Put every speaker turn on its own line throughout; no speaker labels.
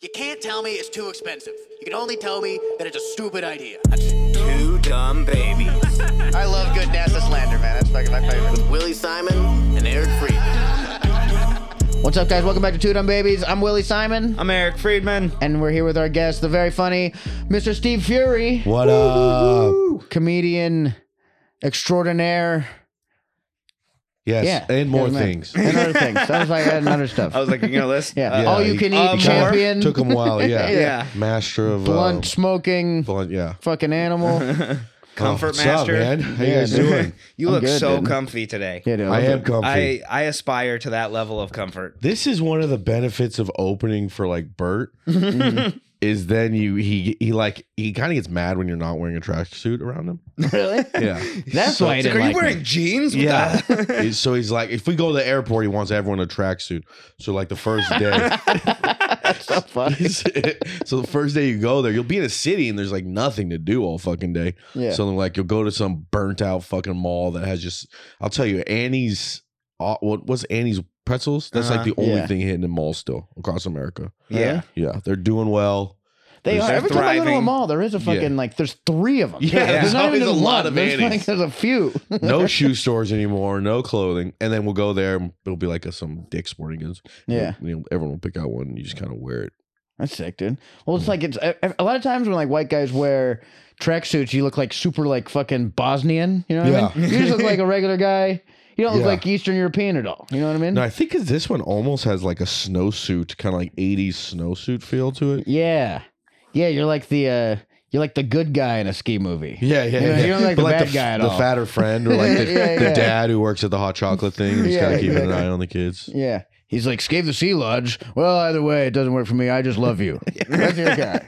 You can't tell me it's too expensive. You can only tell me that it's a stupid idea.
Two dumb babies.
I love good NASA slander, man. That's fucking my favorite.
Willie Simon and Eric Friedman.
What's up, guys? Welcome back to Two Dumb Babies. I'm Willie Simon,
I'm Eric Friedman.
and we're here with our guest, the very funny Mr. Steve Fury,
What up?
comedian extraordinaire.
Yes,
Yeah,
and more
good man.
things.
and other things. Sounds like I had another stuff.
I was like, you know, this.
yeah.
Yeah,
all you can eat
uh, more?
champion,
Took him a while. Yeah,
Yeah.
Master of
blunt
Uh,
smoking,
blunt. Yeah.
fucking animal.
Comfort
what's
master.
Up, man? How you
Yeah,
guys
dude.
doing?
You
I'm
look
good,
so
dude.
comfy today.
Yeah, dude,
I
love
am
it.
comfy.
I I aspire to that level of comfort.
this is one of the benefits of opening for like Bert.
Mm-hmm.
is then you he he like he kind of gets mad when you're not wearing a tracksuit around him.
Really?
Yeah.
That's why I
It's like,
didn't
are
like
you wearing
me.
jeans? What
Yeah.
the-
He's- so he's like, if we go to the airport, he wants everyone a tracksuit. So like the first day,
That's so funny.
so the first day you go there, you'll be in a city and there's like nothing to do all fucking day.
Yeah.
So like you'll go to some burnt out fucking mall that has just I'll tell you Annie's uh, what was Annie's pretzels? That's like the only
Yeah.
thing hitting in malls still across America.
yeah.
Yeah, they're doing well.
They are.
They're
Every time I go to a
thriving.
mall, there is a fucking like. There's three of them.
Yeah,
there's
there's
not even
always a
one.
lot of
there's, like,
Annie's.
there's a few.
No shoe stores anymore, no clothing, and then we'll go there and it'll be like a, some dick sporting goods.
yeah,
You know, everyone will pick out one and you just kind of wear it.
that's sick, dude. Well, it's like it's a, a lot of times when like white guys wear tracksuits, you look like super like fucking Bosnian. You know what I mean? You just look like a regular guy. You don't look
Yeah.
like Eastern European at all. You know what I mean?
No, I think 'cause this one almost has like a snowsuit, kind of like '80s snowsuit feel to it.
Yeah, yeah. You're like the uh, you're like the good guy in a ski movie.
Yeah, yeah,
You know,
yeah.
you don't like
But
the bad
f-
guy at
the
all.
fatter friend or like the,
Yeah,
the
yeah.
dad who works at the hot chocolate thing and he's
Yeah,
kind of keeping an
exactly.
eye on the kids.
Yeah. He's like, Scave the Sea Lodge. Well, either way, it doesn't work for me. I just love you. That's your guy.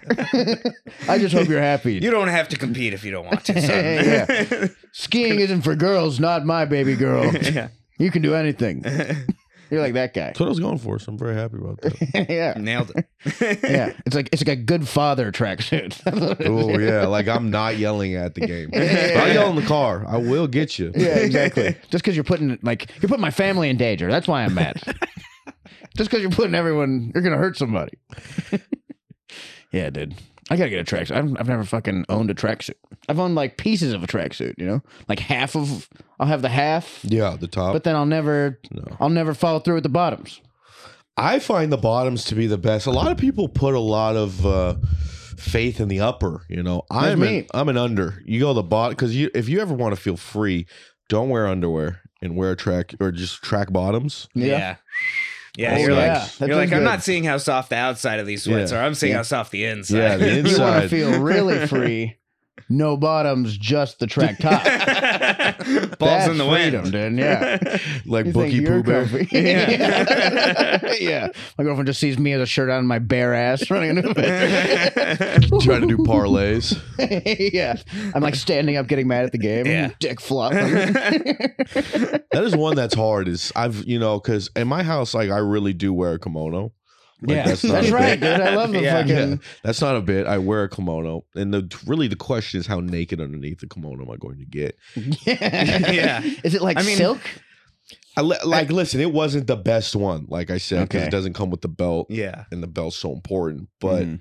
I just hope you're happy.
You don't have to compete if you don't want to. Son.
yeah. Skiing isn't for girls, not my baby girl.
yeah.
You can do anything. You're like that guy.
That's what I was going for, so I'm very happy about that.
yeah.
Nailed it.
Yeah. It's like it's like a good father tracksuit.
oh yeah, like I'm not yelling at the game. If I yell in the car, I will get you.
yeah, exactly. Just because you're putting like you're putting my family in danger. That's why I'm mad. Just because you're putting everyone, you're gonna hurt somebody. yeah, dude. I gotta get a tracksuit. I've, I've never fucking owned a tracksuit. I've owned like pieces of a tracksuit. You know, like half of. I'll have the half,
Yeah, the top.
but then I'll never.
No.
I'll never follow through with the bottoms.
I find the bottoms to be the best. A lot of people put a lot of uh, faith in the upper. You know, I'm
me.
an, I'm an under. You go the bottom because you if you ever want to feel free, don't wear underwear and wear track or just track bottoms.
Yeah. Yeah,
Oh,
you're
yeah.
like,
That
you're like
feels
I'm
good.
not seeing how soft the outside of these sweats
Yeah.
are. I'm seeing
Yeah.
how soft the inside.
Yeah, the
You want to
inside.
feel really free. No bottoms, just the track top.
Balls
That's
in the
freedom,
wind.
dude. Yeah.
like
You think
Bookie Pooh
you're
Bear.
comfy.
Yeah.
yeah. My girlfriend just sees me as a shirt on my bare ass running into bed.
trying to do parlays.
yeah. I'm like standing up getting mad at the game.
Yeah.
Dick flop.
That is one that's hard. Is I've you know because in my house like I really do wear a kimono. Like,
yeah. That's,
that's not a
right,
bit.
dude. I love the
Yeah.
fucking.
Yeah, that's not a bit. I wear a kimono, and the really the question is how naked underneath the kimono am I going to get?
Yeah.
Yeah.
Is it like
I mean-
silk?
I li- like listen, it wasn't the best one, like I said, because
Okay.
it doesn't come with the belt,
Yeah.
and the belt's so important. But
Mhm.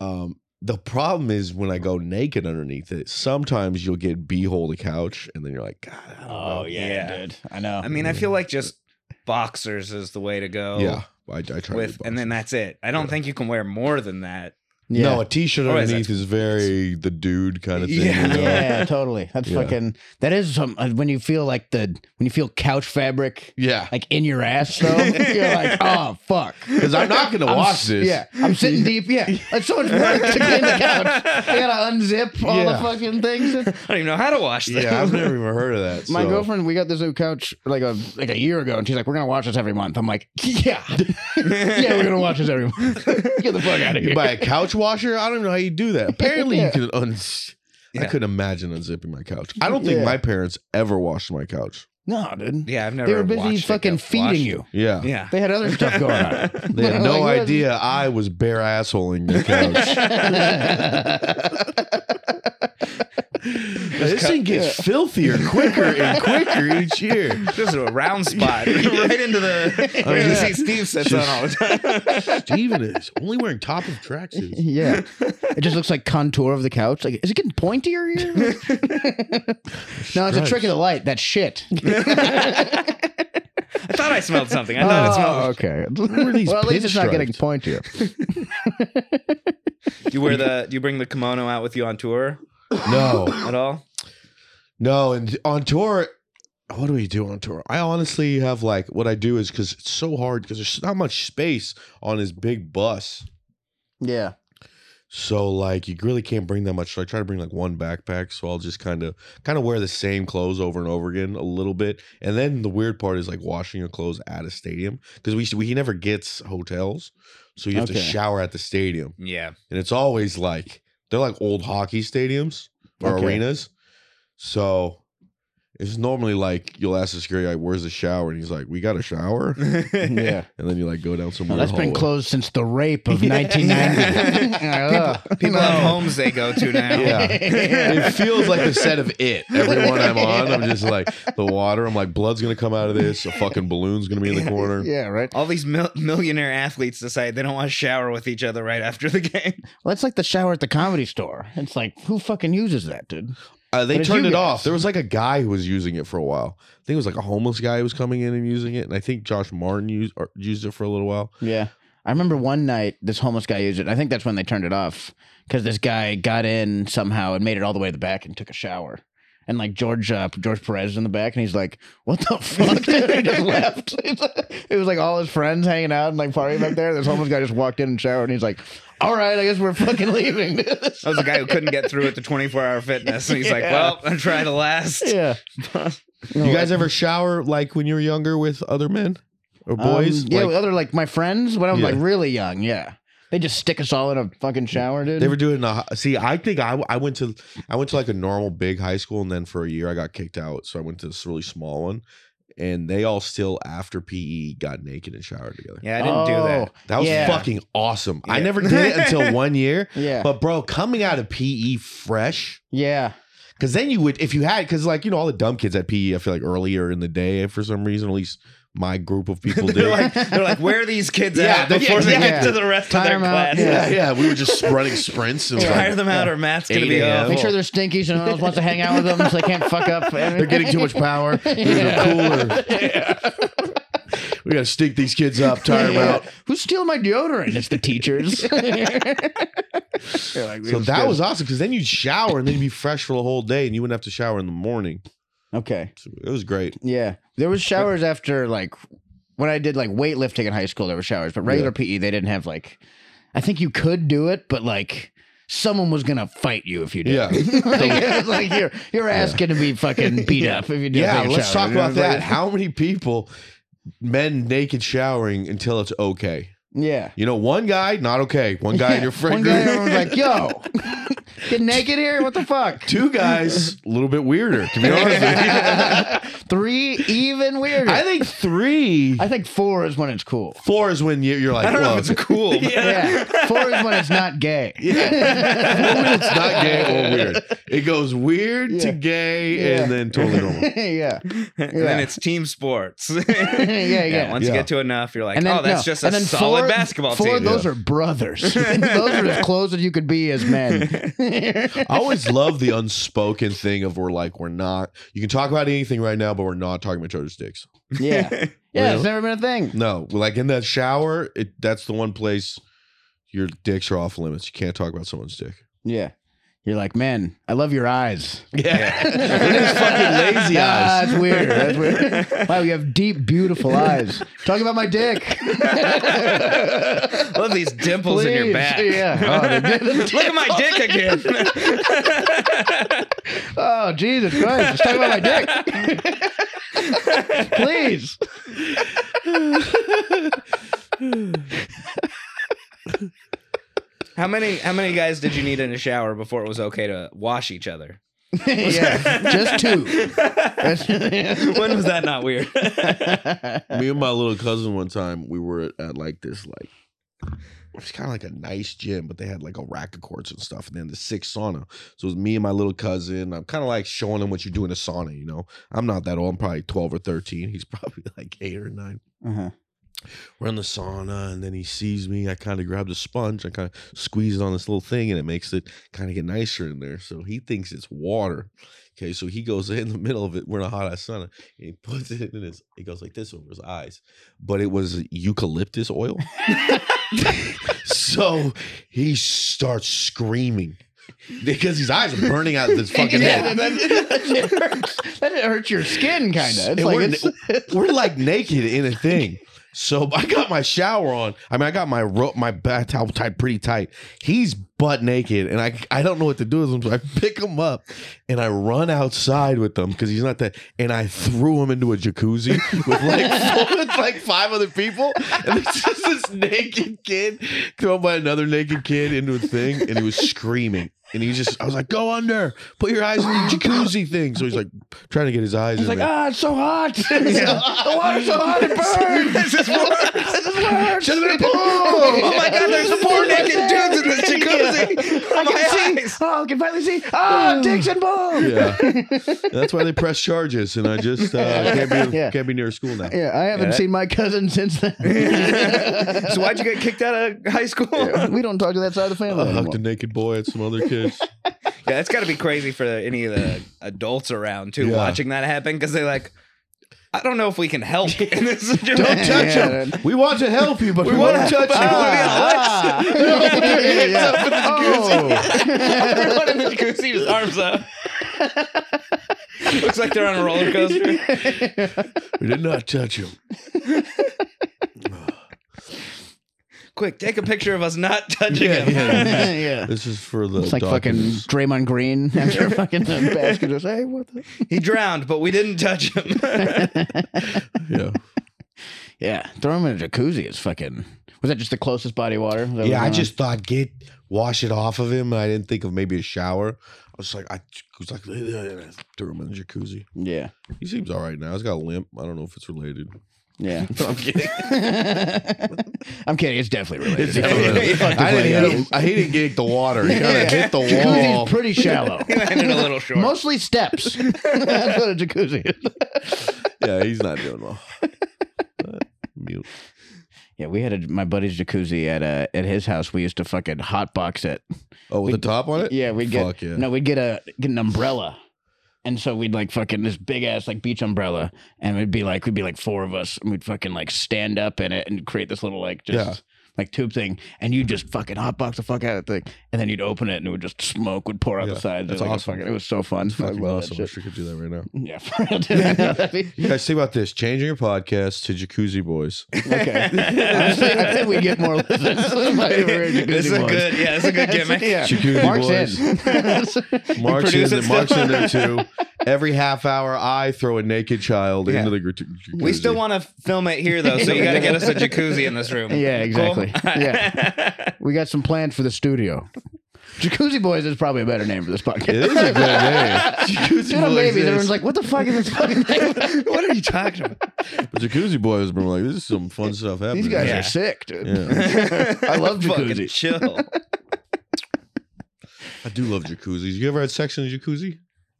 um, the problem is when I go naked underneath it, sometimes you'll get beehole to couch, and then you're like, God, I don't know.
Yeah.
dude. I know.
I mean, I feel like just boxers is the way to go.
yeah, I, I try to
With
do
and then
boxers.
that's it. I don't
Yeah.
think you can wear more than that.
yeah.
No, a t-shirt
Or is
underneath
it-
is very the dude kind of thing.
Yeah.
you know?
yeah, totally. That's
Yeah.
fucking. That is some uh, when you feel like the when you feel couch fabric
yeah.
like in your ass though. you're like, oh fuck.
Because I'm not gonna
I'm
wash
s-
this.
Yeah, I'm sitting deep. Yeah, it's so much work to clean the couch. I gotta unzip all
Yeah.
the fucking things.
I don't even know how to wash this.
Yeah, I've never even heard of that.
My
so-
girlfriend, we got this new couch like a like a year ago, and she's like, "We're gonna watch this every month." I'm like, "Yeah, yeah, we're gonna watch this every month. Get the fuck out of
You
here."
buy a couch washer? I don't know how you do that. Apparently,
Yeah.
you can. Uns- I
Yeah.
couldn't imagine unzipping my couch. I don't think
Yeah.
my parents ever washed my couch.
no, dude.
Yeah, I've never.
they were busy
watched it
fucking
get
feeding
washed.
you.
Yeah,
Yeah.
They had other stuff going on.
they had
Like,
no
what?
idea I was bare assholing the couch. this thing gets filthier quicker and quicker each year.
Just a round spot right into the.
Oh,
where you
yeah.
see Steve sits on all the time.
Steven is only wearing top of tracksuits.
Yeah. It just looks like contour of the couch. Like, is it getting pointier here? no, it's a trick of the light. That's shit.
I thought I smelled something. I thought it smelled.
Oh, okay.
are these
well, at least it's not getting
pinstripes?
pointier.
Do you wear the? Do you bring the kimono out with you on tour
No,
at all?
no. And on tour, what do we do on tour? I honestly have like what I do is because it's so hard because there's not much space on this big bus.
Yeah.
So like you really can't bring that much. So I try to bring like one backpack. So I'll just kind of kind of wear the same clothes over and over again a little bit. And then the weird part is like washing your clothes at a stadium because we, we he never gets hotels, so you have to
Okay.
shower at the stadium,
Yeah.
and it's always like they're like old hockey stadiums or
Okay.
arenas. So it's normally like you'll ask the security like, "Where's the shower?" and he's like, "We got a shower,"
Yeah.
and then you like go down some.
Well,
weird
that's been
hallway.
closed since the rape of 1990. Ugh.
People have homes they go to now.
Yeah. it feels like the set of it. Everyone I'm on, I'm just like the water. I'm like blood's gonna come out of this. A fucking balloon's gonna be in the corner.
yeah, right.
All these mil- millionaire athletes decide they don't want to shower with each other right after the game.
Well, that's like the shower at the comedy store. It's like, who fucking uses that, dude?
Uh,
But
they
it's
turned
you
it
guys.
off. There was like a guy who was using it for a while. I think it was like a homeless guy who was coming in and using it. And I think Josh Martin used or used it for a little while.
Yeah. I remember one night this homeless guy used it. I think that's when they turned it off because this guy got in somehow and made it all the way to the back and took a shower. And like George uh, George Perez is in the back and he's like, "What the fuck?" dude?" he just left. it was like all his friends hanging out and like partying back there. This homeless guy just walked in and showered and he's like, "All right, I guess we're fucking leaving." dude."
That was a guy who couldn't get through at the 24 hour fitness. And he's like,
Yeah.
well, I'll try the last.
yeah.
You guys ever shower like when you were younger with other men or
Um,
boys?
yeah,
Like,
other like my friends when I was
Yeah.
like really young. Yeah, they just stick us all in a fucking shower, dude.
they were doing a see. I think I I went to I went to like a normal big high school, and then for a year I got kicked out, so I went to this really small one. And they all still after PE got naked and showered together.
Yeah, I didn't do that.
That was
Oh, Yeah.
fucking awesome. I
Yeah.
never did it until one year.
Yeah,
But bro, coming out of PE fresh,
yeah,
because then you would if you had because like you know all the dumb kids at PE, I feel like earlier in the day for some reason, at least my group of people did.
They're like, they're like, where are these kids
Yeah,
at before
yeah,
they
yeah.
get to the rest
Time
of their
them out,
class?
yeah,
yeah.
yeah, we were just running sprints and it was
Tire
like,
them out, or Matt's gonna
8
be
a.m.
up.
Make sure they're stinky so no one else wants to hang out with them so they can't fuck up.
Oh. they're getting too much power. There's no cooler. We gotta stink these kids up, tire them out.
Who's stealing my deodorant? It's the teachers.
So that was awesome because then you'd shower and then you'd be fresh for the whole day and you wouldn't have to shower in the morning.
okay.
So it was great.
Yeah, there was showers after like when I did like weightlifting in high school. There were showers, but regular PE they didn't have like. I think you could do it, but like someone was gonna fight you if you did.
Yeah.
like, it's like your your ass gonna be fucking beat up if you do.
Yeah,
take a
let's
shower,
talk
you know
about
what I'm
that. How many people, men naked showering until it's okay?
saying? Yeah.
You know, one guy, not okay. One guy
Uh,
in your
One
friend
guy
group.
was like, "Yo, get naked here. What the fuck?"
Two guys, a little bit weirder, to be honest with you.
Three, even weirder.
I think three,
I think four is when it's cool.
four is when you're, you're like,
I don't know
well,
if it's cool.
Yeah, four is when it's not gay.
it's not gay or weird. It goes weird
Yeah.
to gay
Yeah.
and then totally normal.
yeah,
And then
Yeah.
it's team sports.
yeah, yeah.
Yeah, once
Yeah.
you get to enough, you're like,
and then
oh, that's
no.
just
and
a
then
solid
four-
basketball
Four of
team.
those are brothers. those are as close as you could be as men.
I always love the unspoken thing of we're like, we're not, you can talk about anything right now, but we're not talking about each other's dicks.
yeah, yeah. It's never been a thing.
No, like in that shower, it, that's the one place your dicks are off limits. You can't talk about someone's dick.
Yeah, you're like, man, I love your eyes.
It's fucking lazy
Ah,
eyes.
that's weird. That's weird. Wow, you have deep, beautiful eyes. Talk about my dick.
I love these dimples in your
Please.
back.
Yeah. Oh, they did.
Look at my dick again.
Oh, Jesus Christ. Let's talk about my dick. Please.
how many how many guys did you need in a shower before it was okay to wash each other?
yeah. Just two. That's-
When was that not weird?
Me and my little cousin one time, we were at, at like this like It was kind of like a nice gym, but they had like a rack of courts and stuff, and then the sick sauna. So it was me and my little cousin. I'm kind of like showing him what you do in a sauna. You know, I'm not that old. I'm probably 12 or 13. He's probably like eight or nine.
Uh-huh.
We're in the sauna, and then he sees me. I kind of grab the sponge, I kind of squeeze it on this little thing, and it makes it kind of get nicer in there. So he thinks it's water. Okay, so he goes in the middle of it. We're in a hot ass sauna, and he puts it in his. It goes like this over his eyes, but it was eucalyptus oil. so he starts screaming because his eyes are burning out of his fucking head.
Yeah, that, that, that hurts. That hurts your skin, kind of. It's
And
like
we're-
it's,
we're like naked in a thing. So I got my shower on. I mean, I got my rope, my bath towel tied pretty tight. He's butt naked, and I I don't know what to do with him. So I pick him up and I run outside with him because he's not that. And I threw him into a jacuzzi with like with like five other people, and it's just this naked kid thrown by another naked kid into a thing, and he was screaming. And he just, I was like, go under, put your eyes in the jacuzzi thing. So he's like trying to get his eyes.
it's
in
like
there.
ah, it's so hot. the water's so hot it burns.
this is worse.
this is worse.
Should've been a pool. Oh
my God, there's four naked dudes in this jacuzzi.
I can
My
see. Oh, I can finally see. Ah, dicks and balls.
Yeah, that's why they press charges, and I just uh, can't be
Yeah.
can't be near school now.
Yeah, I haven't
Yeah.
seen my cousin since then.
so why'd you get kicked out of high school? Yeah,
we don't talk to that side of the family.
I
anymore.
hugged a naked boy and some other kids.
that's got to be crazy for any of the adults around too,
Yeah.
watching that happen because they're like, I don't know if we can help. in this
Don't
situation."
touch
Yeah.
him. We want to help you, but we,
wanna
won't
help
touch you.
Ah, ah. Yeah, yeah.
Everyone in the jacuzzi with arms up. Looks like they're on a roller coaster.
We did not touch him.
Quick, take a picture of us not touching
Yeah,
him.
yeah.
yeah.
This is for the.
It's like fucking
doctors.
Draymond Green after fucking a basket. Just, hey, what the?
He drowned, but we didn't touch him.
Yeah,
Yeah, throw him in a jacuzzi is fucking. Was that just the closest body water? that was
yeah. I
around?
just thought get wash it off of him. I didn't think of maybe a shower. I was like, I was like, threw him in the jacuzzi.
yeah,
He seems all right now. He's got a limp. I don't know if it's related.
yeah.
I'm kidding.
I'm kidding. It's definitely related.
It's uh, definitely- I didn't hit him. I he didn't get the water. He kind of hit the wall.
Jacuzzi's pretty shallow.
he landed a little short.
Mostly steps. That's what a jacuzzi is.
yeah, he's not doing well. Uh, Mute.
Yeah, we had a, my buddy's jacuzzi at uh, at his house. We used to fucking hotbox it.
Oh, with the top on it?
Yeah, we'd get
Fuck yeah.
no, we'd get a get an umbrella. And so we'd like fucking this big ass like beach umbrella, and we'd be like we'd be like four of us, and we'd fucking like stand up in it and create this little like just
Yeah.
like tube thing, and you just fucking hotbox the fuck out of the thing, and then you'd open it and it would just smoke would pour out
Yeah,
the sides.
that's
It was like a
awesome.
fucking- it was so fun. I
Fucking
love that
awesome. I
shit.
sure could do that right now.
Yeah, for real, dude. I know that'd be-
You guys, think about this. Changing your podcast to Jacuzzi Boys.
okay, Honestly, I think we get more listens.
this is a good, yeah, this is a good gimmick.
Yeah,
Jacuzzi
Mark's
Boys.
in.
Mark's in,
produce
there,
it
Mark's in
still?
there too. Every half hour, I throw a naked child
Yeah.
into the gr- jacuzzi.
We still want to film it here though, so you got to get us a jacuzzi in this room.
Yeah,
Cool?
exactly. Yeah. we got some plans for the studio. Jacuzzi Boys is probably a better name for this podcast.
It is a good name. Jacuzzi
Little
Boys.
babies,
is-
everyone's like, "What the fuck is this fucking thing?"
what are you talking about?
The Jacuzzi Boys have been like, this is some fun stuff happening.
These guys
Yeah.
are sick, dude.
Yeah.
I love
Fucking
jacuzzi.
chill.
I do love jacuzzis. You ever had sex in a jacuzzi?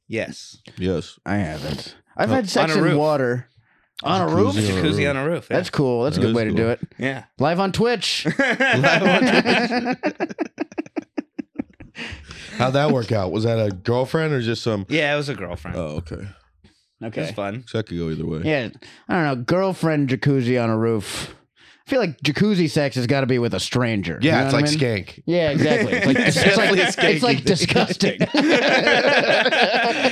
Yes,
Yes.
I haven't. I've
Oh,
had sex
on a
in
roof.
water on a
Jacuzzi on
roof.
a
jacuzzi
roof.
on a roof. Yeah.
That's cool. That's a
That
good
is
way to do
cool.
it.
yeah.
Live on Twitch.
How'd that work out? Was that a girlfriend or just some?
yeah, it was a girlfriend.
Oh, okay.
It was
Okay.
fun.
So that could go either way.
Yeah, I don't know. Girlfriend jacuzzi on a roof. I feel like jacuzzi sex has got to be with a stranger.
Yeah,
You know
it's
what I
like
mean?
skank.
Yeah, exactly. It's like, it's, like,
Definitely a
it's like
skanky
disgusting.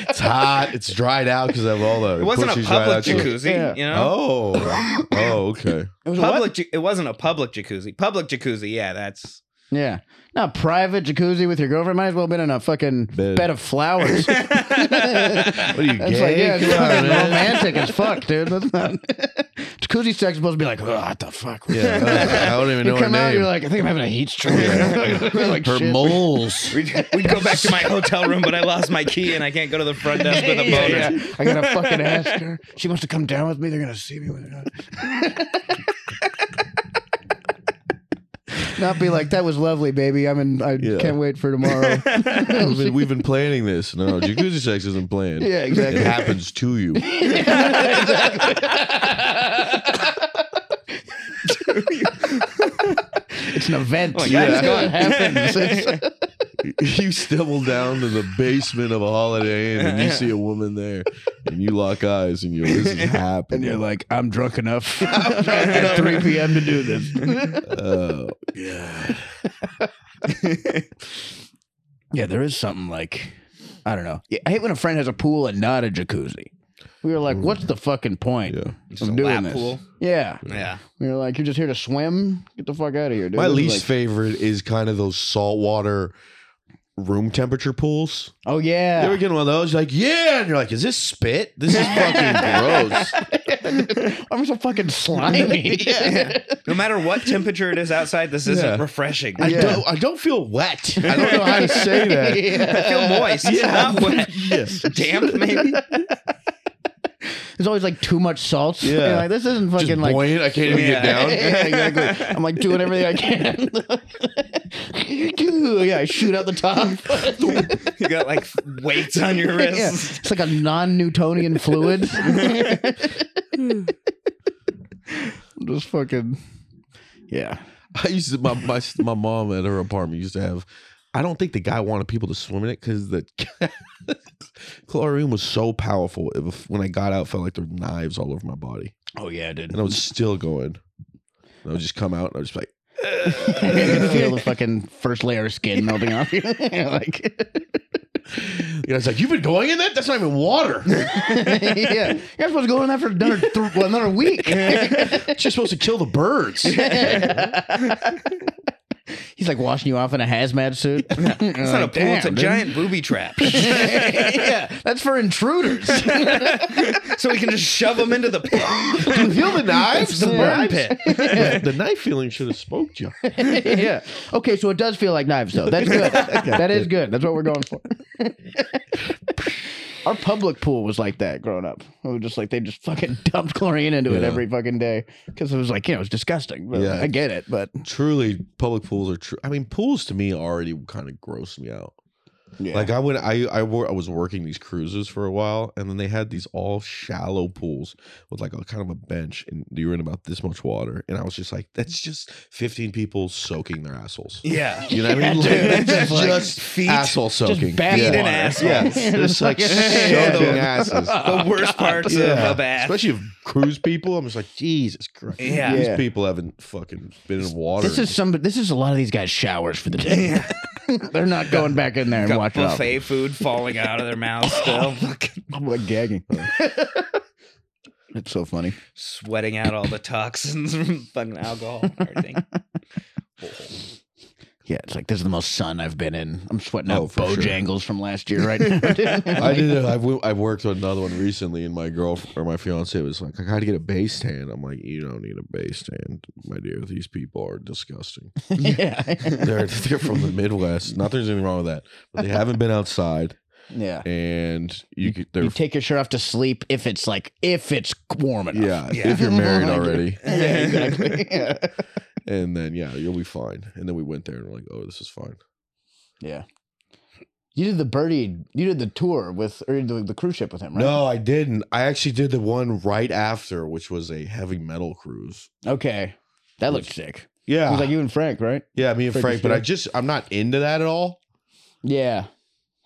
It's hot. It's dried out because of all the.
It wasn't a
pussy's dried
public
out, so-
jacuzzi,
Yeah.
you know.
Oh. Oh, okay.
It was a what?
public. Ju- it wasn't a public jacuzzi. Public jacuzzi. Yeah, that's
Yeah. Not private jacuzzi with your girlfriend. Might as well have been in a fucking
Bed.
bed, of flowers. it's
What are you gay?
like, yeah, it's
Come on,
fucking
man.
romantic as fuck, dude. That's not... jacuzzi sex is supposed to be like, oh, what the fuck?
Yeah, I don't even
You
know
come
her
out,
name.
you're like, I think I'm having a heat stroke. like,
her
shit.
moles.
we we go back to my hotel room, but I lost my key and I can't go to the front desk with a boner.
Yeah, yeah. I gotta fucking ask her. She wants to come down with me. They're gonna see me when they're not. Not be like that was lovely, baby. I'm in. I
Yeah.
can't wait for tomorrow.
We've been, we've been planning this. No, jacuzzi sex isn't planned.
Yeah, exactly.
It happens to you.
it's an
Oh
event.
Like, yeah.
That's how it happens. It's-
you stumble down to the basement of a Holiday Inn and you see a woman there, and you lock eyes and you're this is happening.
and you're like, I'm drunk enough at 3 p.m. to do this.
oh,
yeah, there is something like, I don't know. Yeah, I hate when a friend has a pool and not a jacuzzi. We were like, what's the fucking point
Mm. yeah.
a
of doing
lap
this?
pool.
Yeah.
Yeah.
We were like, you're just here to swim? Get the fuck out of here, dude.
My
This is
least
like-
favorite is kind of those saltwater room temperature pools.
Oh, yeah.
You ever get one of those? You're like, yeah, and you're like, is this spit? This is fucking gross.
I'm so fucking slimy. yeah.
No matter what temperature it is outside, this isn't
Yeah.
refreshing.
I
Yeah.
don't. I don't feel wet. I don't know how to say that.
I feel moist.
Yeah.
Not wet.
Yes.
Damp, maybe.
There's always like too much salt.
Yeah.
You're like, this isn't fucking
Just
like.
buoyant. I can't even get
Yeah.
down.
yeah, exactly. I'm like doing everything I can. yeah, I shoot out the top.
You got like weights on your
Yeah,
wrists.
it's like a non-Newtonian fluid. Just fucking, yeah.
I used to, my, my my mom at her apartment used to have. I don't think the guy wanted people to swim in it because the chlorine was so powerful. It, was- when I got out, it felt like there were knives all over my body,
Oh yeah, dude.
and I was still going. And I would just come out, and I was just like,
you can feel the fucking first layer of skin melting off you. like,
you know, it's like you've been going in that. That's not even water.
yeah, you're not supposed to go in that for another th- well, another week.
it's just supposed to kill the birds. It's
He's like washing you off in a hazmat suit. It's
It's not a pool. It's a giant booby trap.
yeah, that's for intruders.
so we can just shove them into the pit.
you feel the knives.
It's the burn
Knives.
pit.
the knife feeling should have spoke you.
yeah. Okay, so it does feel like knives, though. That's good. that is good. That's what we're going for. Our public pool was like that growing up. It was just like they just fucking dumped chlorine into it
Yeah.
every fucking day because it was like you know it was disgusting. But
Yeah.
I get it, but
Truly, public pools are true. I mean, pools to me already kind of gross me out.
yeah.
Like I would, I I, wor- I was working these cruises for a while, and then they had these all shallow pools with like a kind of a bench, and you were in about this much water, and I was just like, that's just fifteen people soaking their assholes.
Yeah.
You know what I mean?
dude.
Like, that's
Just like
just
feet-
asshole soaking,
bad
yeah.
water.
and ass.
Yeah, just like soaking
Yeah, dude.
asses.
The worst parts
Yeah.
of a bath.
especially if cruise people. I'm just like, Jesus Christ.
Yeah.
these
Yeah.
people haven't fucking been in water.
This is some. This is a lot of these guys' showers for the day. They're not going back in there and
Got
watching off.
buffet food falling out of their mouth still. Fucking
I'm like gagging. it's so funny.
sweating out all the toxins from fucking alcohol and everything.
Yeah, it's like this is the most sun I've been in. I'm sweating
Oh,
out
for sure.
Bojangles from last year, right? now.
I did. I've wo- I've worked on another one recently, and my girl or my fiance was like, "I got to get a base tan." I'm like, "You don't need a base tan, my dear. These people are disgusting.
yeah.
They're they're from the Midwest. Not there's anything wrong with that, but they haven't been outside,
Yeah.
and you could, they're
You take your shirt off to sleep if it's like if it's warm enough.
yeah,
Yeah.
if you're married already,
Yeah, exactly. yeah.
and then yeah, you'll be fine. And then we went there and we're like, "Oh, this is fine."
Yeah. You did the birdie. You did the tour with or the, the cruise ship with him, right?
No, I didn't. I actually did the one right after, which was a heavy metal cruise.
Okay. That looked sick. It
Yeah,
Ah.
was like you and Frank, right?
yeah, me and
Freaking
Frank. But I
shit.
just I'm not into that at all.
Yeah.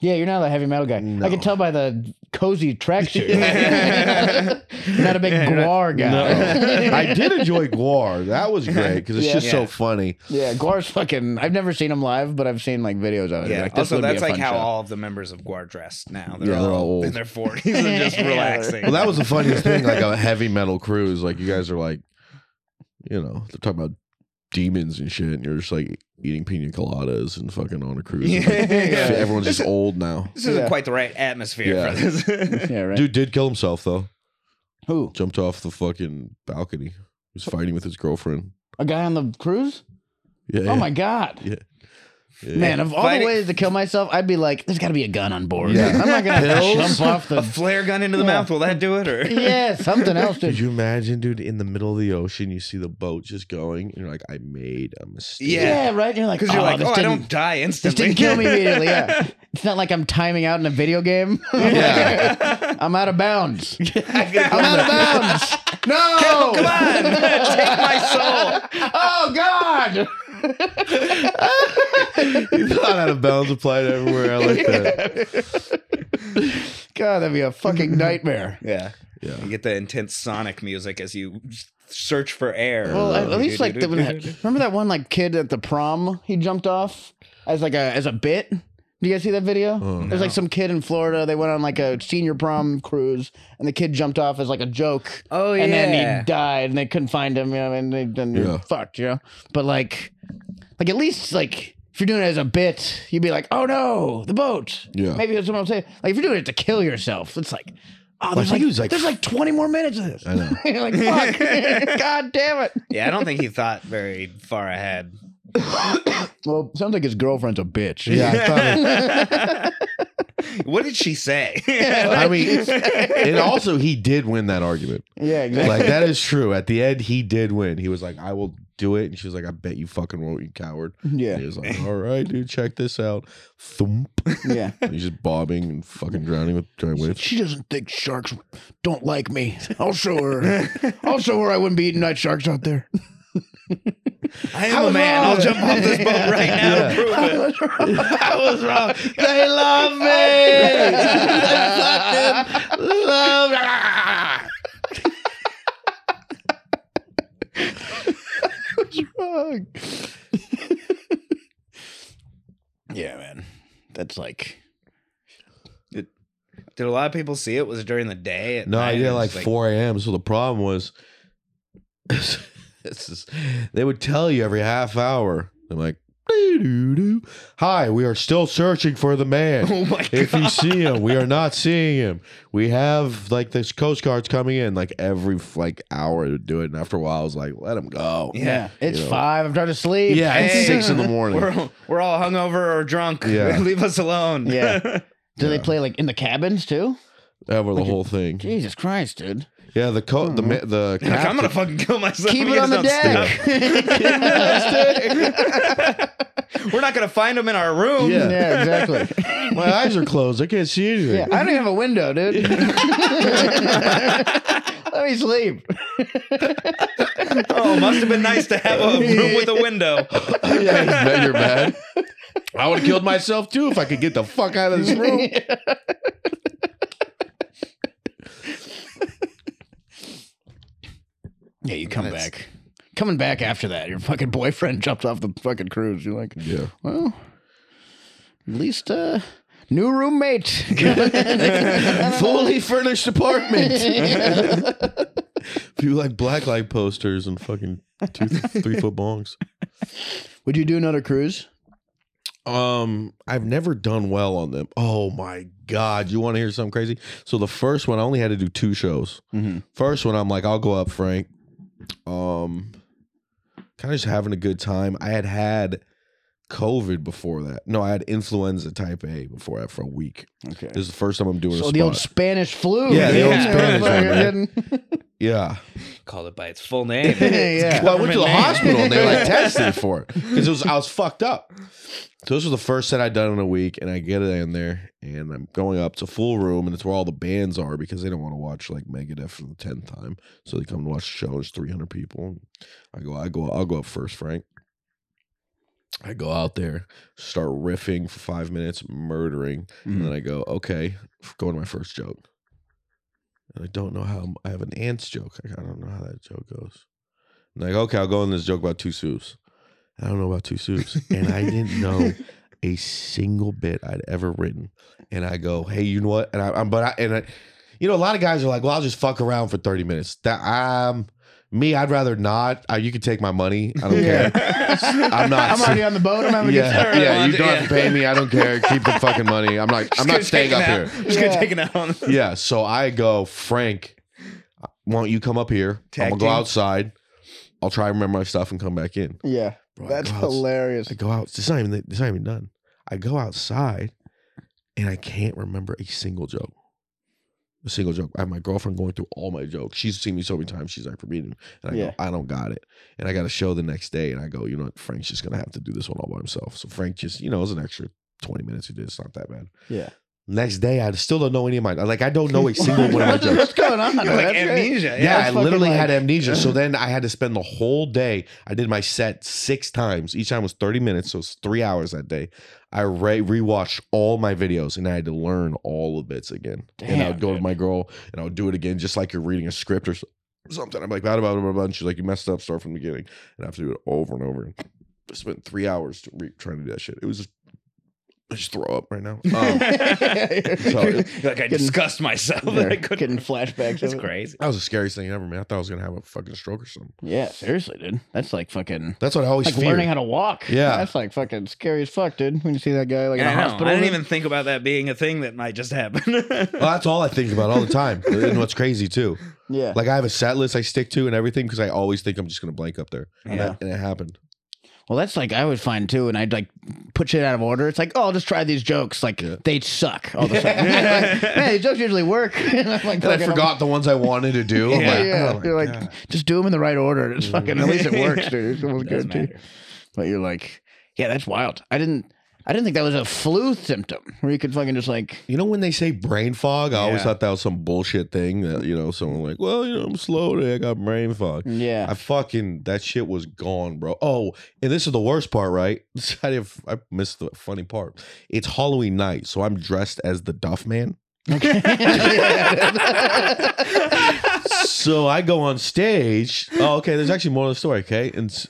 Yeah, you're not a heavy metal guy. I
No.
can tell by the cozy tracksuit. you're not a big guar guy.
No. I did enjoy Guar. That was great because it's
Yeah.
just so
Yeah.
funny.
Yeah, Guar's fucking. I've never seen him live, but I've seen like videos of it.
Yeah.
Like, this
also,
would be
that's
a
like
fun
how
show.
all of the members of Guard dress now. They're,
Yeah,
all
they're all old.
in their forties and just
Yeah.
relaxing.
Well, that was the funniest thing. Like a heavy metal cruise. Like you guys are like, you know, they're talking about demons and shit, and you're just like eating pina coladas and fucking on a cruise. And, like,
Yeah.
Everyone's just old now.
This isn't
Yeah.
quite the right atmosphere
Yeah.
for this.
Yeah, right.
Dude did kill himself though.
Who?
Jumped off the fucking balcony. He was fighting with his girlfriend.
A guy on the cruise?
Yeah.
Oh
yeah.
my god.
Yeah.
Man, of all
Fighting-
the ways to kill myself, I'd be like, there's got to be a gun on board.
Yeah.
I'm not going to
Pills?
jump off
A
the.
flare gun into the
Yeah.
mouth. Will that do it? Or
yeah, something else to
Could you imagine, dude, in the middle of the ocean, you see the boat just going, and you're like, I made a mistake.
Yeah.
Yeah, right. You're like,
because you're like,
this
oh, I
didn't-
don't die
This
instantly.
didn't kill me immediately. Yeah, it's not like I'm timing out in a video game.
Yeah.
I'm out of bounds. I'm out of bounds. No,
Come on, take my soul.
Oh God.
you thought out of bounds applied everywhere. I like that.
God, that'd be a fucking nightmare.
Yeah.
Yeah.
You get the intense sonic music as you search for air.
Well, at, at least like the, when that, remember that one like kid at the prom he jumped off as like a as a bit. Do you guys see that video?
Uh,
There's like some kid in Florida. They went on like a senior prom cruise, and the kid jumped off as like a joke.
Oh,
and then
yeah.
he died, and they couldn't find him. You know, and they then
Yeah.
yeah. fucked. You know, but like, like at least like if you're doing it as a bit, you'd be like, oh no, the boat.
Yeah.
maybe that's what I'm saying. Like if you're doing it to kill yourself, it's like. Oh, there's
I think
like,
he was, like,
there's like 20 more minutes of this.
I know.
You're like, fuck. God damn it.
yeah, I don't think he thought very far ahead.
Well, sounds like his girlfriend's a bitch.
Yeah, I thought it-
What did she say?
I mean, and also he did win that argument.
yeah, exactly.
Like that is true. At the end, he did win. He was like, "I will do it," and she was like, "I bet you fucking won't, you coward." And he
yeah,
was like, "All right, dude, check this out." Thump.
yeah.
And he's just bobbing and fucking drowning with giant waves.
She doesn't think sharks don't like me. I'll show her. I'll show her I wouldn't be eating night sharks out there.
I
I
am a
was
man.
wrong.
I'll jump off this boat right now to prove it.
I was wrong.
They love me. I fucking love.
Wrong. yeah, man. That's like
Did a lot of people see it? Was it during the day? At
No,
night?
I did
It
it,
was
like 4 a.m. So the problem was, this is, they would tell you every half hour. I'm like, "Doo-doo-doo. hi, we are still searching for the man.
Oh my god!
if you see him, we are not seeing him. We have like this Coast Guard's coming in like every like hour to do it. And after a while, I was like, let him go.
Yeah.
it's
You know.
five. I'm trying to sleep.
Yeah, it's
Hey.
six in the morning.
We're, we're all hungover or drunk.
Yeah.
Leave us alone.
Yeah. Do they
Yeah.
play like in the cabins too?
Over the whole thing.
Jesus Christ, dude.
Yeah, the co- the ma- the
Hmm. Like, I'm
captain-
gonna fucking kill myself.
Keep
if
it
you
on the
guys don't
deck.
stop. We're not gonna find him in our room.
Yeah.
yeah, exactly.
my eyes are closed. I can't see anything.
Yeah, I don't even have a window, dude. Let me sleep.
Oh, must have been nice to have a room with a window.
yeah, he's mad- you're mad. I would have killed myself too if I could get the fuck out of this room.
Yeah, you come back. Coming back after that, your fucking boyfriend jumps off the fucking cruise. You're like,
Yeah.
well, at least uh, new roommate.
Fully furnished apartment. If you like blacklight posters and fucking two, three foot bongs.
Would you do another cruise?
Um, I've never done well on them. Oh my god, you want to hear something crazy? So the first one, I only had to do two shows.
Mm-hmm.
First one, I'm like, I'll go up, Frank. Um, kind of just having a good time. I had had COVID before that. No, I had influenza type A before that for a week.
Okay.
This is the first time I'm doing a
So
spot.
the old Spanish flu.
Yeah, the
old
Spanish one, man.
Fucking-
yeah.
Called it by its full name.
yeah.
Well, I went to the
Government name.
hospital and they like tested for it because it was I was fucked up. So this was the first set I'd done in a week, and I get it in there, and I'm going up to full room, and it's where all the bands are because they don't want to watch like Megadeth for the tenth time, so they come to watch the show. and There's 300 people. I go, I go, I'll go up first, Frank. I go out there, start riffing for five minutes, murdering, and then I go, okay, go to my first joke. And I don't know how I have an ants joke. Like, I don't know how that joke goes. And like, okay, I'll go in this joke about two soups. I don't know about two soups. And I didn't know a single bit I'd ever written. And I go, hey, you know what? And I, I'm, but I, and I, you know, a lot of guys are like, well, I'll just fuck around for 30 minutes. That I'm, me, I'd rather not. Uh, you can take my money. I don't care. I'm not.
I'm already on the boat. I'm having a good time.
yeah,
Sarah
yeah, you
Bond-
don't have to pay me. I don't care. Keep the fucking money. I'm not. I'm not staying up here
I'm just gonna take it out. on-
yeah. So I go, Frank, why don't you come up here?
Tag
I'm gonna go
team.
outside. I'll try to remember my stuff and come back in.
Yeah.
Bro, I
That's
go outs-
hilarious.
I go out. It's not even. It's not even done. I go outside, and I can't remember a single joke. A single joke. I have my girlfriend going through all my jokes. She's seen me so many times. She's like, "For me," to-" and I
Yeah.
go, "I don't got it." And I got a show the next day, and I go, "You know what? Frank's just gonna have to do this one all by himself." So Frank just, you know, it was an extra twenty minutes. He did. It's not that bad.
Yeah.
Next day, I still don't know any of my like. I don't know a single one of my jokes.
What's going on?
You're like
That's great.
amnesia.
Yeah, I
that's fucking
literally
like-
had amnesia. So then I had to spend the whole day. I did my set six times. Each time was 30 minutes, so it's three hours that day. I re- rewatched all my videos and I had to learn all the bits again. and I
Damn,
would go to my girl and I would do it again, just like you're reading a script or s- something. I'm like, blah, blah, blah, blah, blah. And she's like, you messed up, start from the beginning. And I have to do it over and over. I spent three hours to re- trying to do that shit. It was just, I just throw up right now. Um, So
so,
it-
Like I
Getting-
discussed myself.
yeah,
I couldn't.
getting flashbacks.
That's
of it.
crazy.
that was the scariest thing ever, man. I thought I was gonna have a fucking stroke or something.
Yeah, seriously, dude. That's like fucking.
That's what I always
Like
feared.
learning how to walk.
Yeah.
that's like fucking scary as fuck, dude. When you see that guy like in
Yeah,
a
I, know.
hospital,
I didn't
room.
even think about that being a thing that might just happen.
Well, that's all I think about all the time. and what's crazy too,
Yeah,
like I have a set list I stick to and everything because I always think I'm just gonna blank up there. And,
Yeah.
that, and it happened.
Well, that's like I would find too, and I'd like put shit out of order. It's like, oh, I'll just try these jokes. Like
Yeah.
they suck all the time. Like, Man, these jokes usually work. and I'm like,
And I
fucking-
forgot the ones I wanted to do. I'm
Yeah.
like,
yeah,
oh my
you're like,
God. Mm.
just do them in the right order. It's fucking at least it works, dude. It's almost
It does
good too.
matter.
But you're like, yeah, that's wild. I didn't, I didn't think that was a flu symptom where you could fucking just like,
you know when they say brain fog, I always
Yeah.
thought that was some bullshit thing that you know someone like, well, you know, I'm slow today, I got brain fog.
yeah,
I fucking that shit was gone, bro. Oh, and this is the worst part, right? I, didn't, I missed the funny part. It's Halloween night, so I'm dressed as the Duff Man. so I go on stage. Oh, okay. There's actually more to the story. Okay, and s-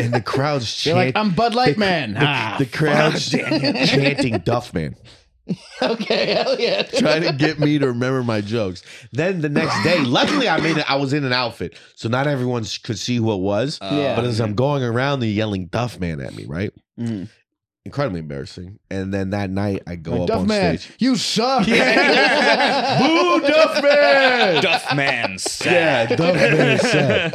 and the crowd's
you're
chanting.
like, I'm Bud Light Man.
the,
Ah,
the crowd's chanting Duffman,
okay, hell yeah.
trying to get me to remember my jokes. Then the next day, luckily I made it. I was in an outfit, so not everyone s- could see who it was.
Yeah.
But as I'm going around, they're yelling Duffman at me, right?
Mhm.
Incredibly embarrassing. And then that night, I go
Like,
up
Duff
on
Man,
stage.
you suck.
Boo, Duffman!
Duffman said.
Yeah, Duffman is sad.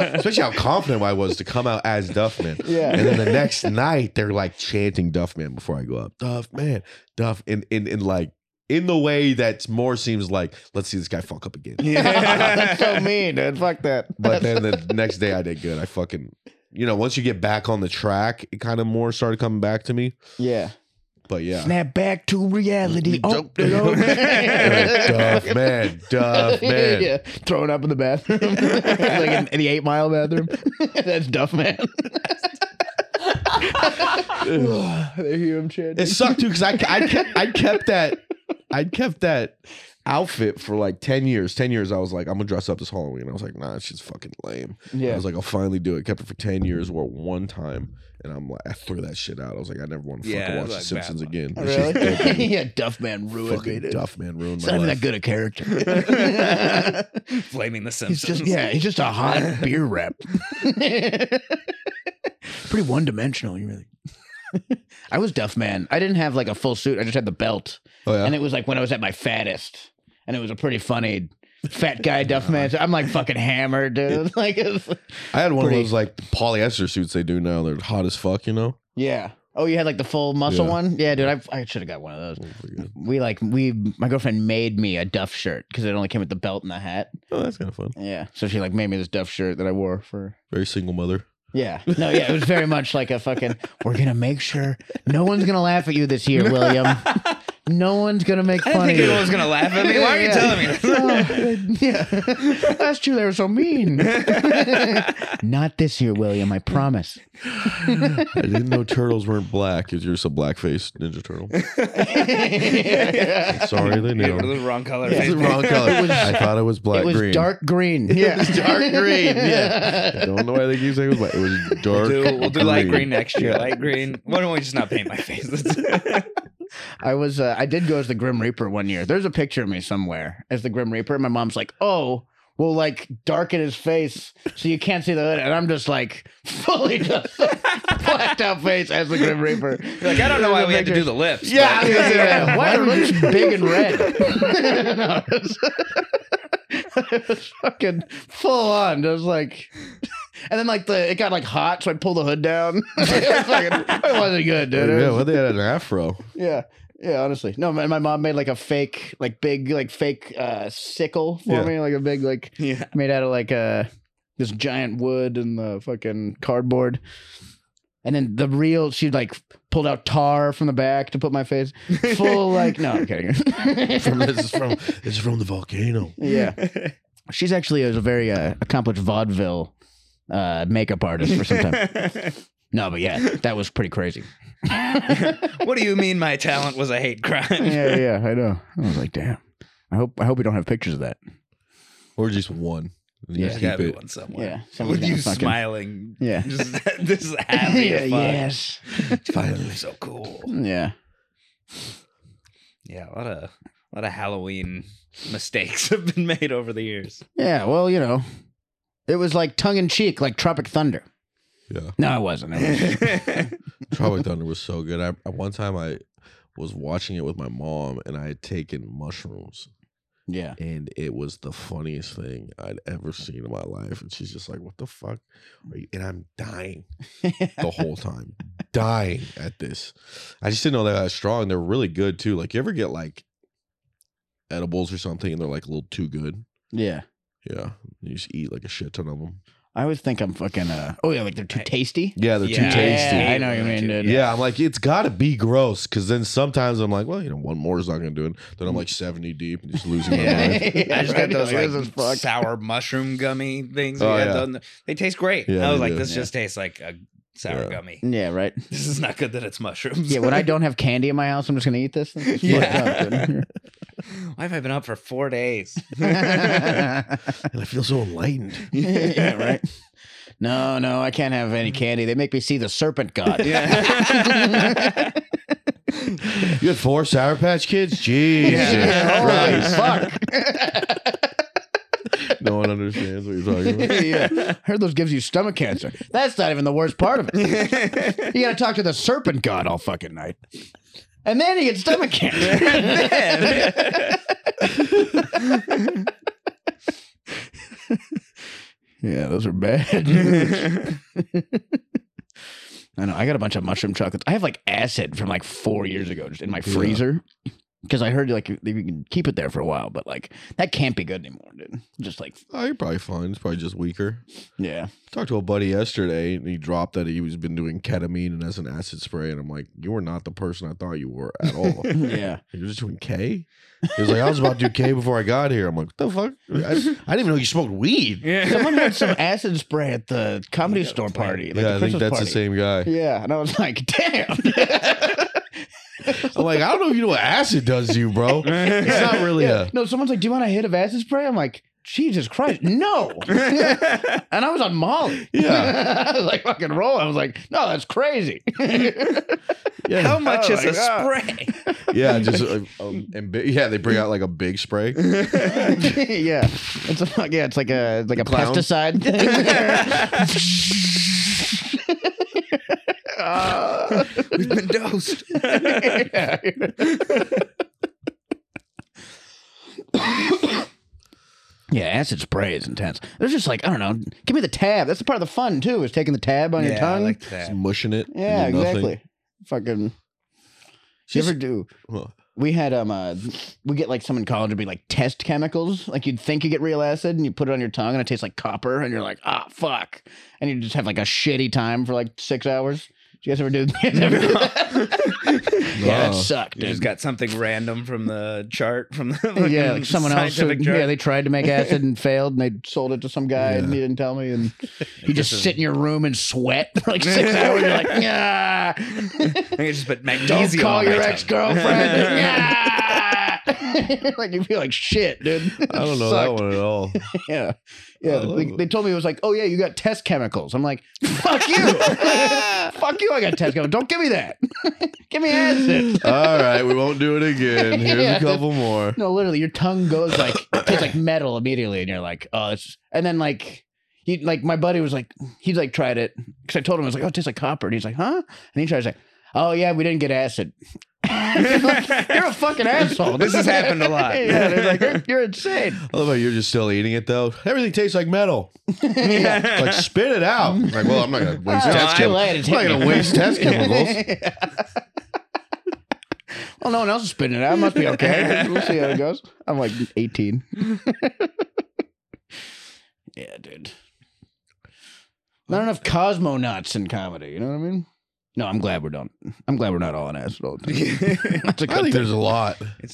Especially how confident I was to come out as Duffman.
Yeah.
And then the next night, they're like chanting Duffman before I go up. Duffman, Duff, and in in like in the way that more seems like, let's see this guy fuck up again.
That's so mean, dude. Fuck that.
But then the next day, I did good. I fucking, you know, once you get back on the track, it kind of more started coming back to me.
Yeah.
But yeah.
Snap back to reality. Oh,
Duff man, Duff man.
Yeah. Thrown up in the bathroom. like in, in the eight mile bathroom. That's Duff Man. they hear him chanting.
It sucked too because I, I kept I kept that I kept that outfit for like ten years. Ten years, I was like, I'm gonna dress up this Halloween. I was like, nah, it's just fucking lame.
Yeah.
I was like, I'll finally do it. Kept it for ten years, wore it one time, and I'm like, I threw that shit out. I was like, I never want to
Yeah,
fucking
it
watch
was
The
like
Simpsons
bad
again. This shit's
really?
dick.
yeah, Duff Man ruined me,
fucking
dude.
Duff man ruined
It's
my
not even
life.
that good a character.
Flaming the
he's
Simpsons.
just yeah, he's just a hot beer rep. Pretty one dimensional, you really. I was Duff Man. I didn't have like a full suit. I just had the belt.
Oh yeah.
And it was like when I was at my fattest. And it was a pretty funny fat guy duff man. So I'm like fucking hammered, dude. Like it was,
I had one
pretty-
of those like polyester suits they do now. They're hot as fuck, you know.
Yeah. Oh, you had like the full muscle
Yeah.
one? Yeah, dude, I, I should have got one of those. We like we my girlfriend made me a duff shirt because it only came with the belt and the hat.
Oh, that's kind of fun.
Yeah. So she like made me this duff shirt that I wore for
Very single mother.
Yeah. No, yeah, it was very much like a fucking we're gonna make sure no one's gonna laugh at you this year, William. No one's gonna make
I didn't
fun of
think
you.
anyone was gonna laugh at me. Why are you telling me? that?
me? yeah. Last year they were so mean. Not this year, William, I promise.
I didn't know turtles weren't black. Is yours a black faced ninja turtle? Sorry, they
It
knew.
was the wrong color.
It's the wrong color. I thought it was black
it was
green.
dark green. Yeah.
It was dark green. Yeah. I don't know why they keep saying it was black. It was dark.
We'll do, we'll do light green next year. Light green. Why don't we just not paint my face?
I was uh, I did go as the Grim Reaper one year. There's a picture of me somewhere as the Grim Reaper. My mom's like, "Oh, we'll like darken his face so you can't see the hood," and I'm just like fully just blacked out face as the Grim Reaper.
like I don't know why we had to do the lips.
Yeah,
but-
I was gonna say that. Why are lips big and red? No, it's- it was fucking full on. It was like, and then like the it got like hot, so I pulled the hood down. it, was fucking, it wasn't good, dude. It
yeah,
was-
well, they had an afro.
yeah, yeah. Honestly, no. My, my mom made like a fake, like big, like fake uh, sickle for
Yeah.
me, like a big, like
Yeah.
made out of like uh this giant wood and the fucking cardboard. And then the reel, she like pulled out tar from the back to put my face full like no, I'm kidding.
From this is from this is from the volcano.
yeah, she's actually a very uh, accomplished vaudeville uh, makeup artist for some time. no, but yeah, that was pretty crazy.
what do you mean my talent was a hate crime?
Yeah, yeah, I know. I was like, damn. I hope I hope we don't have pictures of that.
Or just one. You
Yeah.
just
There's
keep
gotta be
it.
one somewhere.
Yeah, someone's
With you
gotta fucking-
smiling.
Yeah.
Just, this is happy.
yeah,
as fuck.
yes.
Finally. So cool.
Yeah.
Yeah, a lot of a lot of Halloween mistakes have been made over the years.
Yeah, well, you know, it was like tongue in cheek, like Tropic Thunder.
Yeah.
No, it wasn't. It was-
Tropic Thunder was so good. I, I one time I was watching it with my mom and I had taken mushrooms
yeah.
and it was the funniest thing I'd ever seen in my life. And she's just like, What the fuck? Are you? And I'm dying the whole time. dying at this. I just didn't know they were that strong. They're really good too. Like you ever get like edibles or something and they're like a little too good?
Yeah.
Yeah. You just eat like a shit ton of them.
I always think I'm fucking. Uh, oh yeah, like they're too tasty.
Yeah, they're
Yeah.
too tasty.
Yeah, I know what you mean, dude.
Yeah. I'm like, it's got to be gross because then sometimes I'm like, well, you know, one more is not going to do it. Then I'm like 70 deep and just losing my mind.
I just got
right?
those
Like,
like,
this is fucked.
sour mushroom gummy things. we
Oh,
had
yeah.
done. They taste great.
Yeah,
I
they
was like,
do.
this
Yeah.
just tastes like a sour
Yeah.
gummy.
Yeah, right.
This is not good that it's mushrooms.
Yeah, when I don't have candy in my house, I'm just gonna eat this. Thing. It's fucked up, dude.
yeah. Why have I been up for four days? yeah,
And I feel so enlightened.
yeah, right. No, no, I can't have any candy. They make me see the serpent god.
Yeah.
You had four Sour Patch Kids? Jesus
Yeah.
Holy
Christ.
fuck.
No one understands what you're talking about.
yeah. Heard those gives you stomach cancer. That's not even the worst part of it. You gotta talk to the serpent god all fucking night. And then you get stomach cancer. yeah, those are bad. I know. I got a bunch of mushroom chocolates. I have like acid from like four years ago just in my freezer. Because I heard like you you can keep it there for a while, but like that can't be good anymore, dude. Just like
Oh, you're probably fine. It's probably just weaker.
yeah,
Talked to a buddy yesterday and he dropped that he was been doing ketamine and as an acid spray. And I'm like, you were not the person I thought you were at all.
yeah,
He was just doing K. He was like, I was about to do K before I got here. I'm like, what the fuck? I, I didn't even know you smoked weed.
Someone had some acid spray at the comedy store party. Like
yeah,
the
I think
Christmas
that's
party.
the same guy.
Yeah, and I was like, damn.
I'm like, I don't know if you know what acid does to you, bro. It's not really
Yeah. No, someone's like, do you want a hit of acid spray? I'm like, Jesus Christ, no. and I was on Molly.
Yeah.
I was like, fucking roll. I was like, no, that's crazy.
a yeah,
How much
Oh
is
my
a
God.
spray?
yeah, just uh, um, and bi- yeah, they bring out like a big spray.
yeah. It's a fuck yeah, it's like a it's like a
Clown.
pesticide.
We've been dosed.
Yeah. Yeah, acid spray is intense. There's just like I don't know. Give me the tab. That's the part of the fun too. Is taking the tab on your
Yeah, I
tongue.
liked that.
Just mushing it.
yeah,
and do nothing.
exactly. Fucking. You
Just-
ever do?
Huh.
We had um uh, we get like some in college would be like test chemicals. Like you'd think you get real acid and you put it on your tongue and it tastes like copper and you're like ah fuck and you just have like a shitty time for like six hours. Do you guys ever do? ever do that? yeah,
No.
that sucked.
Oh, You
Dude.
just got something random from the chart from the fucking
yeah, like someone else.
scientific
who-
chart.
yeah, they tried to make acid and failed, and they sold it to some guy, and he didn't tell me. And you just sit in your room and sweat for like six hours. You're like, yeah,
I think I just put
don't
magnesium.
call
on my
your
tongue.
ex girlfriend. yeah, like you feel like shit, dude.
I don't know
Sucked.
that one at all.
Yeah, yeah.
Oh.
They, they told me it was like, oh yeah, you got test chemicals. I'm like, fuck you, fuck you. I got test chemicals. Don't give me that. give me acid.
all right, we won't do it again. Here's
Yeah.
a couple more.
No, literally, your tongue goes like tastes like metal immediately, and you're like, oh, it's and then like he like my buddy was like he like tried it because I told him I was like, oh, it tastes like copper, and he's like, huh? And he tries like, oh yeah, we didn't get acid. You're a fucking asshole.
This has happened a lot.
yeah, they're like, you're, you're insane.
I love how you're just still eating it though. Everything tastes like metal. like spit it out. Like, well, I'm not gonna waste
Oh,
test
I'm
chem-
glad it
I'm not
hit
gonna
me.
waste test chemicals.
Well, no one else is spitting it out. It must be okay. We'll see how it goes. I'm like 18. yeah, dude. Not enough cosmonauts in comedy. You know what I mean? No, I'm glad we're done. I'm glad we're not all an asshole. That's a
I
good
think
thing.
there's a lot.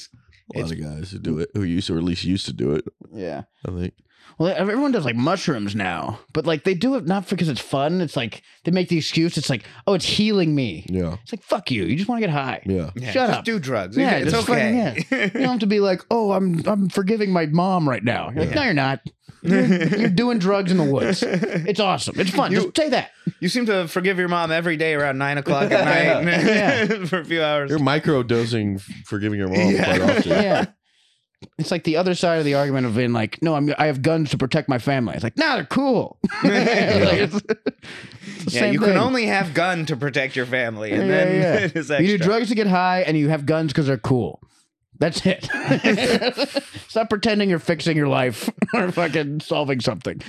It's
A lot of guys who do it, who used to, or at least used to do it.
Yeah.
I think.
Well, everyone does like mushrooms now, but like they do it not because it's fun. It's like they make the excuse. It's like, oh, it's healing me.
Yeah.
It's like fuck you. You just want to get high.
Yeah.
yeah,
Shut
just
up.
Do drugs.
Yeah,
it's
just
okay.
fucking- You don't have to be like, oh, I'm I'm forgiving my mom right now. You're like, no, you're not. You're, you're doing drugs in the woods. It's awesome. It's fun.
You-
Just say that.
You seem to forgive your mom every day around nine o'clock at night for a few hours.
You're micro dosing for giving your mom
Yeah.
quite often.
Yeah. It's like the other side of the argument of being like, no, I'm I have guns to protect my family. It's like, nah, they're cool. Like, it's- it's the
yeah,
same
you
thing.
can only have gun to protect your family, and
Yeah,
then
yeah.
it is
You do
extra.
drugs to get high, and you have guns because they're cool. That's it. Stop pretending you're fixing your life or fucking solving something.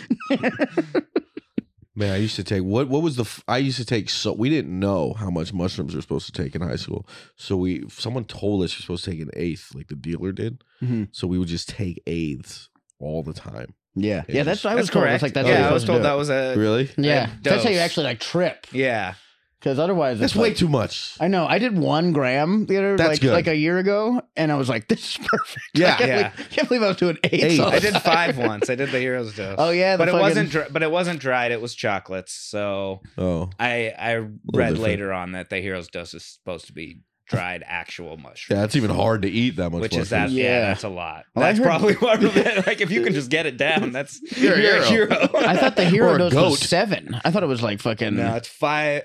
Man, I used to take what? What was the? f- I used to take so we didn't know how much mushrooms were supposed to take in high school. So we someone told us you're supposed to take an eighth, like the dealer did.
Mm-hmm.
Mhm.
So we would just take eighths all the time.
Yeah,
It
yeah.
was-
That's what I
That's
was told.
correct.
It's like that's
what
yeah,
you're
I was told
supposed to do.
that was a
Really?
Yeah,
a
that's how you
dose.
actually like trip.
yeah.
Because otherwise,
That's
it's
way
like-
too much.
I know. I did one gram the other
That's
like
good.
like a year ago, and I was like, "This is perfect."
Yeah,
I can't,
yeah.
Believe, can't believe I was doing eight.
Eight.
I did five once. I did the heroes dose.
Oh, yeah, the
but it
fucking-
wasn't. Dri- but it wasn't dried. It was chocolates. So
Oh,
I I read
different.
later on that the heroes dose is supposed to be dried actual mushrooms.
yeah, that's even hard to eat that much.
Which is that?
mushrooms.
Yeah,
Yeah.
that's a lot.
Well, I
that's
heard-
probably part of it. Like if you can just get it down, that's you're, a hero.
I thought the hero
a
dose
goat.
was seven. I thought it was like fucking.
no, it's five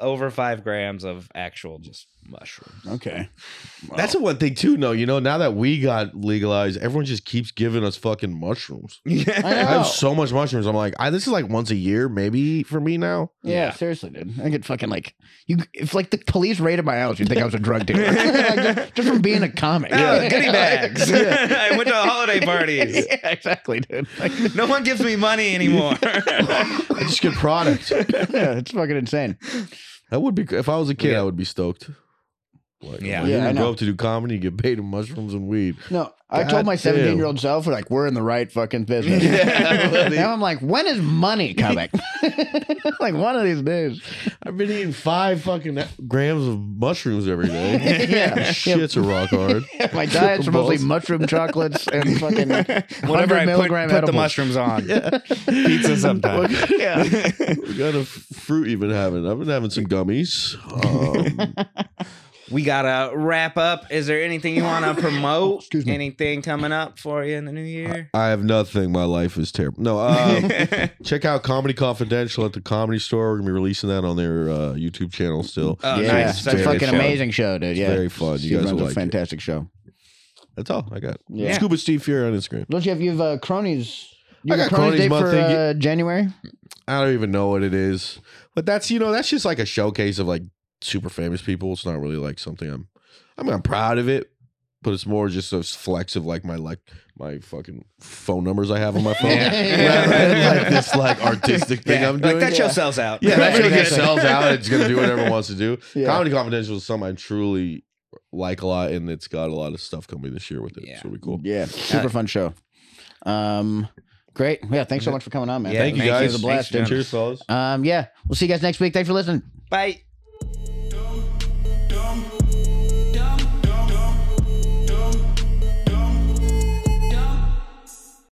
over five grams of actual just mushrooms.
Okay.
That's the one thing too. No, you know, now that we got legalized, everyone just keeps giving us fucking mushrooms.
I know.
I have so much mushrooms. I'm like, I, this is like once a year, maybe for me now.
yeah,
yeah.
seriously, dude. I get fucking like you. If like the police raided my house, you'd think I was a drug dealer, Like, just, just from being a comic.
Oh,
Yeah.
goodie bags. I went to holiday parties.
yeah, exactly, dude. Like,
No one gives me money anymore.
I just get product.
yeah, it's fucking insane.
I would be if I was a kid.
Yeah.
I would be stoked. Like,
Yeah.
like,
Yeah,
you
I
can
know.
grow up to do comedy, you get paid in mushrooms and weed.
No, I
God
told my
damn.
17 year old self, like, we're in the right fucking business. now I'm like, when is money coming? like, one of these days.
I've been eating five fucking grams of mushrooms every day.
yeah.
Shit's a rock hard.
My diet's mostly
Balls.
mushroom chocolates and fucking
Whatever
100
I put,
milligram
put the
edibles.
mushrooms on. Pizza
What,
sometimes.
Yeah.
what kind of fruit you been having? I've been having some gummies. Um,
We gotta wrap up. Is there anything you
Oh,
wanna promote?
Excuse me.
Anything coming up for you in the new year?
I have nothing. My life is terrible. No, um, check out Comedy Confidential at the Comedy Store. We're gonna be releasing that on their uh, YouTube channel still.
Oh,
yeah,
nice.
it's
Such
a
a
fucking
good show.
amazing show, dude. Yeah,
very fun. You
She
guys
runs
will
a
like it.
fantastic show.
That's all I got.
Yeah.
Scuba Steve Fury on Instagram.
Don't you have you have uh, cronies? You
I
have a
got cronies
date
month
for
thing.
uh, January.
I don't even know what it is, but that's you know that's just like a showcase of like super famous people. It's not really like something I'm. I mean, I'm proud of it, but it's more just a flex of like my like my fucking phone numbers I have on my phone,
Yeah.
rather than like this like artistic thing
Yeah,
I'm doing.
like that show
yeah.
sells out.
yeah, that show just
Exactly.
sells out. It's gonna do whatever it wants to do.
Yeah.
Comedy Confidential is something I truly like a lot, and it's got a lot of stuff coming this year with it.
Yeah.
It's really cool.
Yeah, super fun show. Um, great. Yeah, thanks so much for coming on, man.
Yeah,
Thank you
thank you.
guys.
It was a blast,
Thanks,
dude.
Cheers, fellas.
Um, yeah, we'll see you guys next week. Thanks for listening.
Bye.